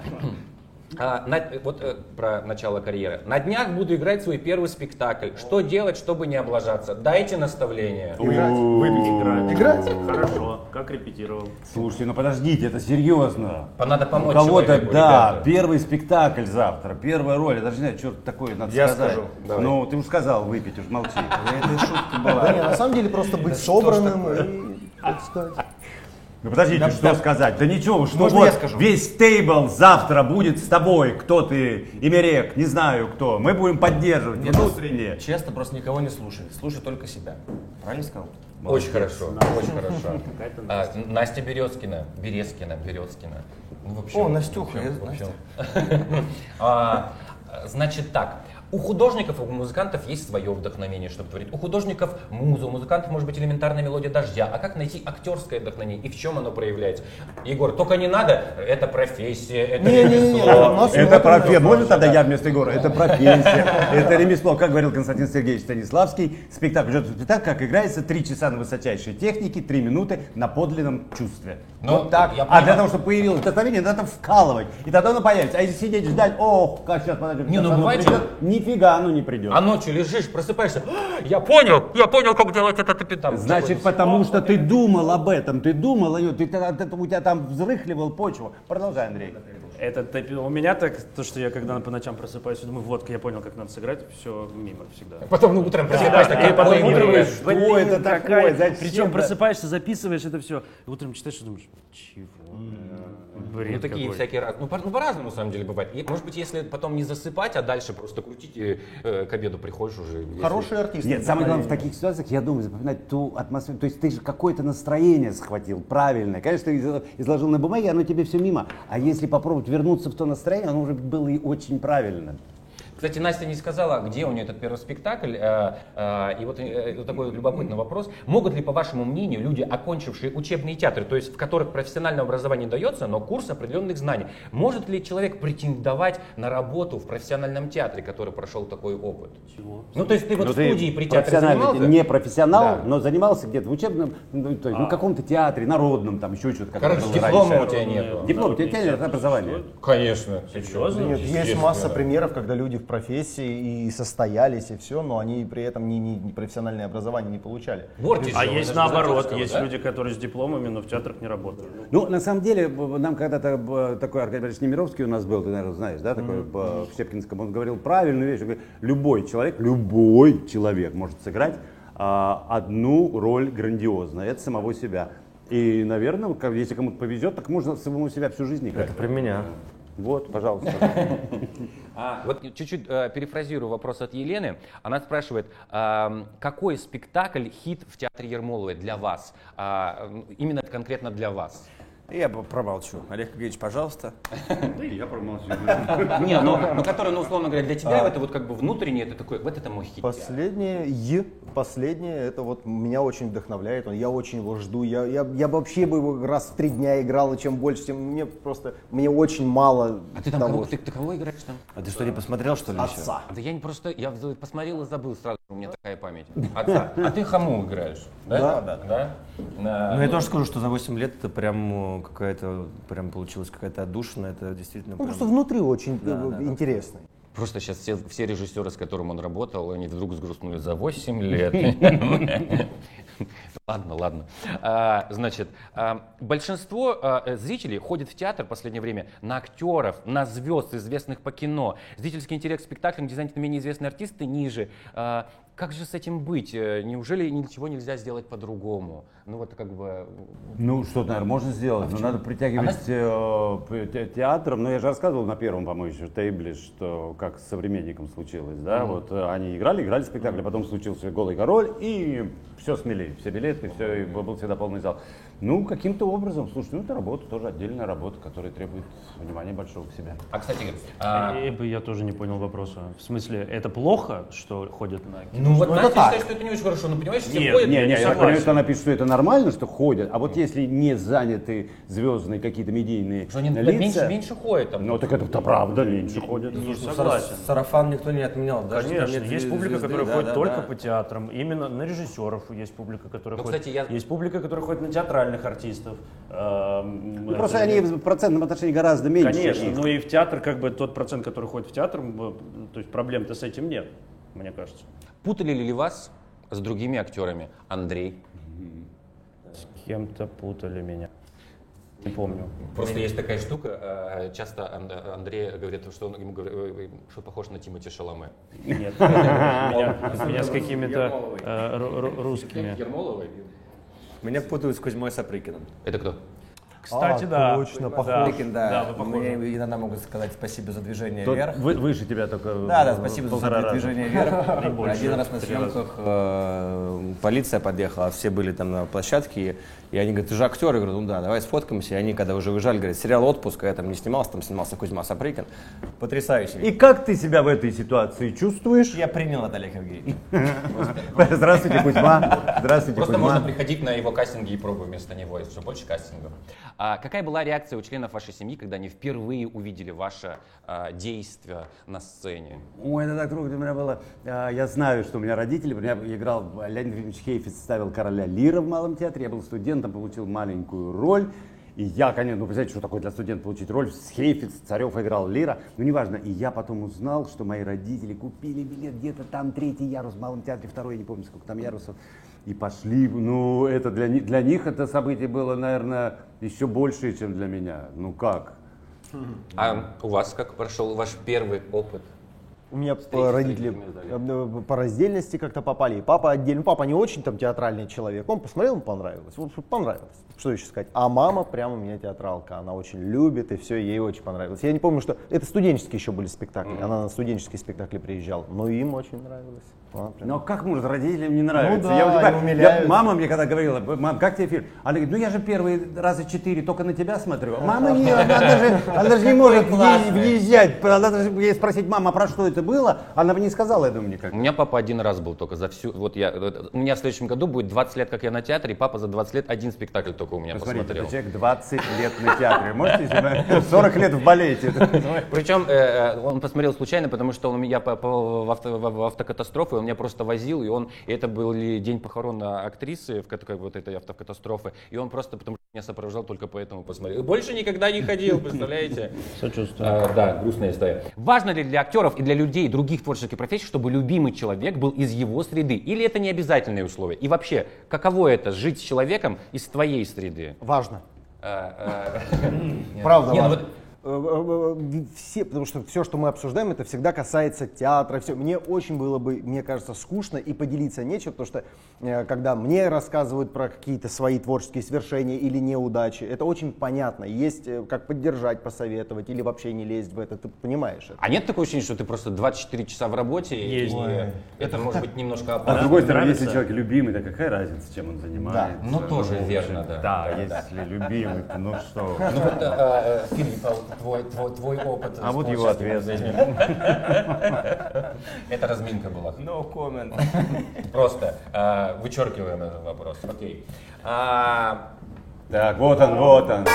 Speaker 4: а, на- вот э, про начало карьеры. На днях буду играть свой первый спектакль. Что делать, чтобы не облажаться? Дайте наставление.
Speaker 5: Играть.
Speaker 1: Играть?
Speaker 5: Хорошо. Как репетировал?
Speaker 2: Слушайте, ну подождите, это серьезно.
Speaker 4: По- Надо
Speaker 2: У
Speaker 4: помочь
Speaker 2: кого-то,
Speaker 4: человеку,
Speaker 2: да,
Speaker 4: Ну, ребята.
Speaker 2: первый спектакль завтра, первая роль, я даже не знаю, что такое надо
Speaker 5: Я
Speaker 2: сказать.
Speaker 5: скажу,
Speaker 2: Ну, ты уже сказал выпить, уж молчи.
Speaker 3: Это
Speaker 2: А,
Speaker 3: шутка
Speaker 1: Да
Speaker 3: была.
Speaker 1: не, на самом деле просто быть собранным и отстать.
Speaker 2: Ну подождите, что сказать? Да ничего, уж ну
Speaker 3: Можно
Speaker 2: вот
Speaker 3: я скажу?
Speaker 2: весь стейбл завтра будет с тобой, кто ты, Имерек, не знаю кто. Мы будем поддерживать Ну, внутренне.
Speaker 3: Честно, просто никого не слушай. Слушай только себя. Правильно сказал?
Speaker 4: Очень хорошо, очень хорошо. А, Настя Березкина, Березкина, Березкина. Ну, в общем,
Speaker 3: О,
Speaker 4: в
Speaker 3: Настюха,
Speaker 4: общем,
Speaker 3: я-
Speaker 4: в общем. А, Значит так, у художников, у музыкантов есть свое вдохновение, чтобы творить. У художников муза, у музыкантов может быть элементарная мелодия дождя. А как найти актерское вдохновение и в чем оно проявляется? Егор, только не надо, это профессия, это
Speaker 1: Не-не-не, у
Speaker 4: ремесло.
Speaker 1: нас
Speaker 2: Это
Speaker 1: много
Speaker 2: профессия. Можно тогда я вместо Егора? Это профессия. Это ремесло. Как говорил Константин Сергеевич Станиславский, спектакль идет спектакль, как играется, три часа на высочайшей технике, три минуты на подлинном чувстве.
Speaker 4: Ну,
Speaker 2: вот так.
Speaker 4: я
Speaker 2: а для
Speaker 4: понимаю.
Speaker 2: того, чтобы появилось вдохновение, надо вкалывать. И тогда оно появится. А если сидеть ждать, ох, как сейчас подожди,
Speaker 4: Не, ну,
Speaker 2: оно
Speaker 4: бывает,
Speaker 2: придет», нифига оно не придет.
Speaker 4: А ночью лежишь, просыпаешься, «А, я понял, я понял, как делать этот эпитам.
Speaker 2: Значит, потому что ты думал об этом, ты думал о нем, ты, тогда- ты- у тебя там взрыхливал почву. Продолжай, Андрей.
Speaker 5: Это топи- у меня так, то, что я когда по ночам просыпаюсь, и думаю, вот, я понял, как надо сыграть, все мимо всегда.
Speaker 4: Потом ну, утром просыпаешься,
Speaker 5: Да,
Speaker 4: такой,
Speaker 5: и потом
Speaker 4: «Ой,
Speaker 5: утром
Speaker 4: блин,
Speaker 5: думаешь,
Speaker 2: что
Speaker 5: «Блин,
Speaker 2: это такое?
Speaker 5: какая-»
Speaker 2: Зачем,
Speaker 5: Причем
Speaker 2: да?
Speaker 5: просыпаешься, записываешь это все, и утром читаешь и думаешь, чего? Бред
Speaker 4: Ну, такие
Speaker 5: какой.
Speaker 4: всякие раз. Ну, по- ну, по-разному, на самом деле, бывает. И, может быть, если потом не засыпать, а дальше просто крутить, и э, к обеду приходишь уже. если-
Speaker 1: Хорошие артисты.
Speaker 2: Нет, самое главное в таких ситуациях, я думаю, запоминать ту атмосферу. То есть ты же какое-то настроение схватил, правильное. Конечно, ты изо- изложил на бумаге, оно тебе все мимо. А если попробовать вернуться в то настроение, оно уже было и очень правильным.
Speaker 4: Кстати, Настя не сказала, где у нее этот первый спектакль. э, э, И вот э, вот такой вот любопытный вопрос. Могут ли, по вашему мнению, люди, окончившие учебные театры, то есть в которых профессиональное образование дается, но курс определенных знаний, может ли человек претендовать на работу в профессиональном театре, который прошел такой опыт? Чего? Ну, то есть ты вот
Speaker 2: Ну,
Speaker 4: в
Speaker 2: ты
Speaker 4: студии при театре
Speaker 2: профессионально-
Speaker 4: занимался?
Speaker 2: Не профессионал,
Speaker 4: Да. А.
Speaker 2: но занимался где-то в учебном, ну, то есть, ну, каком-то театре, народном, там еще что-то. как
Speaker 4: Короче,
Speaker 2: было
Speaker 4: диплома у
Speaker 2: раньше.
Speaker 4: тебя нету.
Speaker 2: Диплом, у тебя нет образования.
Speaker 4: Конечно.
Speaker 5: Серьезно?
Speaker 1: Нет, есть
Speaker 4: Естественно.
Speaker 1: масса примеров, когда люди в профессии и состоялись, и все, но они при этом ни, ни- ни профессиональное образование не получали.
Speaker 4: Бортич
Speaker 5: А
Speaker 4: же, он
Speaker 5: есть
Speaker 4: же
Speaker 5: наоборот,
Speaker 4: Бортичского,
Speaker 5: есть
Speaker 4: да?
Speaker 5: люди, которые с дипломами, но в театрах не работают.
Speaker 2: Ну, на самом деле, б- нам когда-то б, такой Аркадий Борисович Немировский у нас был, ты, наверное, знаешь, да, такой б, в Щепкинском, он говорил правильную вещь, он говорит, любой человек, любой человек может сыграть а, одну роль грандиозную, это самого себя. И, наверное, как- если кому-то повезет, так можно самому себя всю жизнь играть.
Speaker 3: Это про меня.
Speaker 2: Вот, пожалуйста.
Speaker 4: А, вот чуть-чуть э, перефразирую вопрос от Елены. Она спрашивает, ам, какой спектакль хит в театре Ермоловой для вас? А, м, именно конкретно для вас.
Speaker 3: Я б- промолчу. Олег Евгеньевич, пожалуйста.
Speaker 2: Да и я промолчу.
Speaker 4: Не, ну, ну, который, ну, условно говоря, для тебя это вот как бы внутреннее, это такой, вот это мой хит.
Speaker 1: Последнее, и последнее, это вот меня очень вдохновляет, он- я очень его жду, я, я, я бы вообще бы его раз в три дня играл, и чем больше, тем мне просто, мне очень мало
Speaker 4: А ты там
Speaker 1: того,
Speaker 4: кого, ты, ты кого играешь там?
Speaker 3: А ты что, не посмотрел, что ли, еще?
Speaker 1: отца.
Speaker 4: Да я не просто, я вз- посмотрел и забыл сразу, у меня такая память. Отца. А ты хаму играешь, да? Да, да.
Speaker 3: Ну,
Speaker 4: На-
Speaker 3: я тоже скажу, что за 8 лет это прям э, какая-то, прям получилась какая-то отдушина, это действительно
Speaker 1: Ну,
Speaker 3: прям-
Speaker 1: просто внутри очень э, интересный.
Speaker 4: Просто сейчас все, все режиссеры, с которым он работал, они вдруг сгрустнули за 8 лет. Ладно, ладно. А, Значит, а, большинство а, э, зрителей ходит в театр в последнее время на актеров, на звезд, известных по кино. Зрительский интеллект спектаклем, дизайн тем не менее известные артисты ниже. А, Как же с этим быть? Э, Неужели ничего нельзя сделать по-другому? Ну вот как бы...
Speaker 2: Ну, что, наверное, можно
Speaker 4: А
Speaker 2: сделать, но надо притягивать э, те- театром. Но я же рассказывал на первом, по-моему, еще тейбле, что как с современником случилось, да? Вот э, они играли, играли спектакль, потом случился «Голый король», и все смели, все билеты, все, и был всегда полный зал. Ну, каким-то образом, слушай, ну, это работа, тоже отдельная работа, которая требует внимания большого к себе.
Speaker 4: А, кстати, а,
Speaker 5: Э, бы я тоже не понял вопроса. В смысле, это плохо, что ходят на кино?
Speaker 4: ну вот
Speaker 1: это
Speaker 4: Настя
Speaker 1: так.
Speaker 4: считает, что это не очень хорошо, ну понимаешь, все
Speaker 5: Нет,
Speaker 4: ходят...
Speaker 2: Не, не, я так
Speaker 5: согласен.
Speaker 2: понимаю, что она пишет, что это нормально, что ходят, а вот если не заняты звездные какие-то медийные
Speaker 4: что они
Speaker 2: лица...
Speaker 4: меньше, меньше ходят там.
Speaker 2: Ну, так это-то правда, меньше ходят.
Speaker 5: Не
Speaker 3: Сара-
Speaker 5: согласен.
Speaker 3: Сарафан никто не отменял. даже Ну, там
Speaker 5: Конечно,
Speaker 3: нет
Speaker 5: есть
Speaker 3: звезды,
Speaker 5: публика, которая
Speaker 3: да,
Speaker 5: ходит
Speaker 3: да,
Speaker 5: только
Speaker 3: да.
Speaker 5: по театрам, именно на режиссеров есть публика, которая
Speaker 4: Ну,
Speaker 5: ходит.
Speaker 4: кстати, я-
Speaker 5: Есть публика, которая ходит на театральных артистов. Эм,
Speaker 2: Ну,
Speaker 5: это
Speaker 2: просто
Speaker 5: же-
Speaker 2: они в процентном отношении гораздо меньше.
Speaker 5: Конечно,
Speaker 2: их.
Speaker 5: но и в театр, как бы тот процент, который ходит в театр, м, то есть проблем-то с этим нет, мне кажется.
Speaker 4: Путали ли вас с другими актерами, Андрей?
Speaker 5: С кем-то путали меня. Не помню.
Speaker 4: Просто есть такая штука, э, часто Ан- Андрей говорит, что он ему говорит, э, что похож на Тимати Шаломе.
Speaker 5: Нет. Меня меня с какими-то э, ру- ру- русскими.
Speaker 4: Ермоловой?
Speaker 3: Меня путают с Кузьмой Сапрыкиным.
Speaker 4: Это кто?
Speaker 5: Кстати,
Speaker 1: А,
Speaker 5: да.
Speaker 1: точно,
Speaker 5: Да,
Speaker 1: похож.
Speaker 3: Сапрыкин,
Speaker 5: Да,
Speaker 3: да.
Speaker 5: вы похожи.
Speaker 3: Мне иногда могут сказать спасибо за движение
Speaker 2: Тот
Speaker 3: вверх.
Speaker 2: вы- выше тебя только.
Speaker 3: Да, да,
Speaker 2: в
Speaker 3: спасибо за
Speaker 2: полтора раза.
Speaker 3: движение вверх.
Speaker 5: больше,
Speaker 3: Один раз на
Speaker 5: три раза.
Speaker 3: съемках э, полиция подъехала, все были там на площадке, и они говорят, ты же актер, я говорю, ну да, давай сфоткаемся. И они, когда уже выезжали, говорят, сериал «Отпуск», а я там не снимался, там снимался Кузьма Сапрыкин. Потрясающе.
Speaker 2: И как ты себя в этой ситуации чувствуешь?
Speaker 3: Я принял от Олега Евгеньевича.
Speaker 2: Здравствуйте, Кузьма. Здравствуйте,
Speaker 4: Просто
Speaker 2: Кузьма.
Speaker 4: можно приходить на его кастинги и пробовать вместо него, если больше кастингов. А какая была реакция у членов вашей семьи, когда они впервые увидели ваше а, действие на сцене?
Speaker 2: Ой, это так трогательно у меня было. А, Я знаю, что у меня родители, я играл, в- Леонид Ильич Хейфиц ставил короля Лира в Малом театре, я был студентом, получил маленькую роль. И я, конечно, ну, представляете, что такое для студента получить роль? С Хейфиц, Царев играл Лира, ну, неважно. И я потом узнал, что мои родители купили билет где-то там, третий ярус в Малом театре, второй, я не помню, сколько там ярусов. И пошли, ну, это для, ни- для них это событие было, наверное, еще большее, чем для меня. Ну, как?
Speaker 4: А у вас как прошел ваш первый опыт?
Speaker 1: У меня э, родители э, по раздельности как-то попали. И папа отдельно. Папа не очень там театральный человек. Он посмотрел, ему понравилось. Вот понравилось. Что еще сказать? А мама прям у меня театралка. Она очень любит, и все, ей очень понравилось. Я не помню, что... Это студенческие еще были спектакли. Она на студенческие спектакли приезжала. Но им очень нравилось. Она прям-
Speaker 2: Но Ну, а как может родителям не нравится?
Speaker 1: Ну да,
Speaker 2: я, вот
Speaker 1: и
Speaker 2: так-
Speaker 1: умиляются.
Speaker 2: я- мама мне когда говорила, мам, как тебе фильм? Она говорит, ну я же первые раза четыре только на тебя смотрю. Мама не, она даже, она даже не может въе- въезжать. Надо же ей спросить, мама, а про что это было, она бы не сказала, я думаю, никак.
Speaker 4: У меня папа один раз был только за всю... Вот я, вот, у меня в следующем году будет 20 лет, как я на театре, и папа за 20 лет один спектакль только у меня
Speaker 2: Посмотрите,
Speaker 4: посмотрел.
Speaker 2: это человек 20 лет на театре. Можете себе 40 лет в балете?
Speaker 4: Причем э, э, он посмотрел случайно, потому что он меня попал в, авто- в- в автокатастрофу, и он меня просто возил, и он и это был ли день похорон а, актрисы в кат- как вот этой автокатастрофы, и он просто потому что меня сопровождал только поэтому посмотрел. И больше никогда не ходил, представляете?
Speaker 5: Сочувствую.
Speaker 4: А, да, грустная история. Важно ли для актеров и для людей других творческих профессий, чтобы любимый человек был из его среды? Или это не обязательное условие? И вообще, каково это жить с человеком из твоей среды?
Speaker 1: Важно.
Speaker 4: А, а,
Speaker 1: Правда,
Speaker 4: не, ну
Speaker 1: важно.
Speaker 4: вот-
Speaker 1: Э, э, э, Все, потому что все, что мы обсуждаем, это всегда касается театра. Все. Мне очень было бы, мне кажется, скучно и поделиться нечем, потому что э, когда мне рассказывают про какие-то свои творческие свершения или неудачи, это очень понятно. Есть э, как поддержать, посоветовать или вообще не лезть в это, ты понимаешь это.
Speaker 4: А нет такого ощущения, что ты просто 24 часа в работе,
Speaker 5: Есть.
Speaker 4: и
Speaker 5: Ой.
Speaker 4: это может быть немножко
Speaker 2: А с
Speaker 4: опасно.
Speaker 2: другой стороны,
Speaker 5: нравится?
Speaker 2: если человек любимый, да какая разница, чем он занимается?
Speaker 4: ну, тоже
Speaker 2: в общем,
Speaker 4: верно, да.
Speaker 2: Да,
Speaker 4: Да, да.
Speaker 2: если любимый, то ну что.
Speaker 4: Ну вот, э, э, Филипп, а вот твой, твой, твой опыт.
Speaker 2: А
Speaker 4: с
Speaker 2: вот его
Speaker 4: творческим
Speaker 2: ответ.
Speaker 4: произведением. Это разминка была.
Speaker 3: No comment.
Speaker 4: Просто э, вычеркиваем этот вопрос. Окей. А,
Speaker 2: Так, вот он, вот он.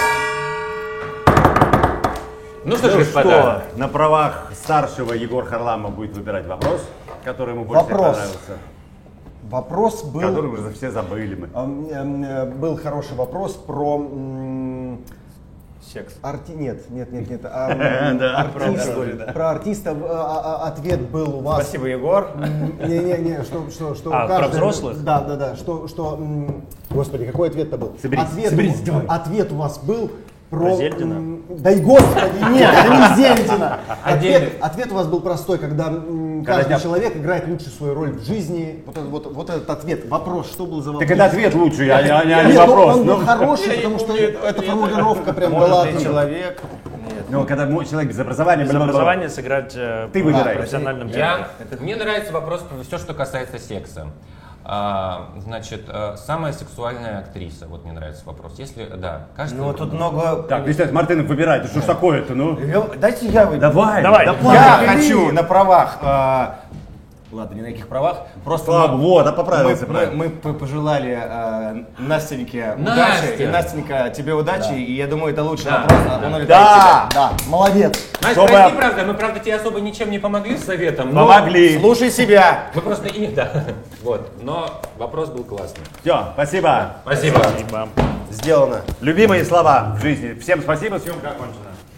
Speaker 4: Ну что ж,
Speaker 2: Ну
Speaker 4: господа.
Speaker 2: что, на правах старшего Егор Харламов будет выбирать вопрос, который ему больше всего
Speaker 1: Вопрос.
Speaker 2: понравился.
Speaker 1: Вопрос был...
Speaker 2: Который уже все забыли мы.
Speaker 1: Эм, эм, э, Был хороший вопрос про м,
Speaker 3: Секс.
Speaker 1: арти... Нет, нет, нет, нет. а, м,
Speaker 2: Да,
Speaker 1: артист.
Speaker 3: правда, история, да.
Speaker 1: Про артиста э, а- а- ответ был у вас.
Speaker 3: Спасибо, Егор.
Speaker 1: Не-не-не, что, что, что
Speaker 5: А,
Speaker 1: у
Speaker 5: про
Speaker 1: каждого-
Speaker 5: взрослых?
Speaker 1: Да, да, да. Что, что, м, господи, какой ответ-то был?
Speaker 2: Соберись,
Speaker 1: ответ,
Speaker 2: соберись, давай.
Speaker 1: ответ у вас был про...
Speaker 5: Про Зельдина?
Speaker 1: м, Да и господи, нет, это не Зельдина.
Speaker 4: Отдельный.
Speaker 1: Ответ, ответ у вас был простой, когда м,
Speaker 2: Когда
Speaker 1: каждый
Speaker 2: тебя-
Speaker 1: человек играет лучшую свою роль в жизни. Вот, этот- вот, вот этот ответ. Вопрос, что был за вопрос?
Speaker 2: Так это ответ лучший, а не, а не- а не
Speaker 1: Нет, он-
Speaker 2: вопрос.
Speaker 1: он
Speaker 2: Ну,
Speaker 1: был хороший, потому что эта формулировка прям была...
Speaker 3: Может, ты
Speaker 1: отличная.
Speaker 3: человек?
Speaker 2: ну, когда мо- человек без образования,
Speaker 5: Без
Speaker 2: бла-бла-бла.
Speaker 5: образования сыграть э,
Speaker 2: Ты
Speaker 5: в
Speaker 2: выбирай.
Speaker 5: профессиональном театре.
Speaker 4: Я, мне нравится вопрос про все, что касается секса. А, значит, э, самая сексуальная актриса. Вот мне нравится вопрос. Если, да, кажется...
Speaker 3: Ну, тут много...
Speaker 2: Так, Вячеслав Мартынов выбирает, ну что ж такое-то, ну?
Speaker 3: Э, Дайте я выберу.
Speaker 2: Давай,
Speaker 5: Давай.
Speaker 2: да
Speaker 3: Я
Speaker 2: плавай.
Speaker 3: хочу на правах. а, Ладно, не на каких правах. Просто
Speaker 2: Слава,
Speaker 3: мы-
Speaker 2: вот, а
Speaker 3: мы,
Speaker 2: поправился,
Speaker 3: мы-
Speaker 2: правильно.
Speaker 3: мы п- пожелали а, Настеньке
Speaker 4: Настя!
Speaker 3: удачи. И Настенька, тебе удачи. И я думаю, это лучший
Speaker 4: Да.
Speaker 3: вопрос. а, он улетает
Speaker 2: Да!
Speaker 1: Да, молодец.
Speaker 4: Настя,
Speaker 2: Чтобы-
Speaker 4: прости, правда, мы, правда, тебе особо ничем не помогли с советом. но-
Speaker 3: тебе.
Speaker 2: Помогли.
Speaker 3: Слушай себя.
Speaker 4: Мы просто и... Да. Вот. Но вопрос был классный.
Speaker 2: Все, спасибо.
Speaker 4: Спасибо.
Speaker 3: Сделано.
Speaker 2: Любимые слова в жизни. Всем спасибо, съемка окончена.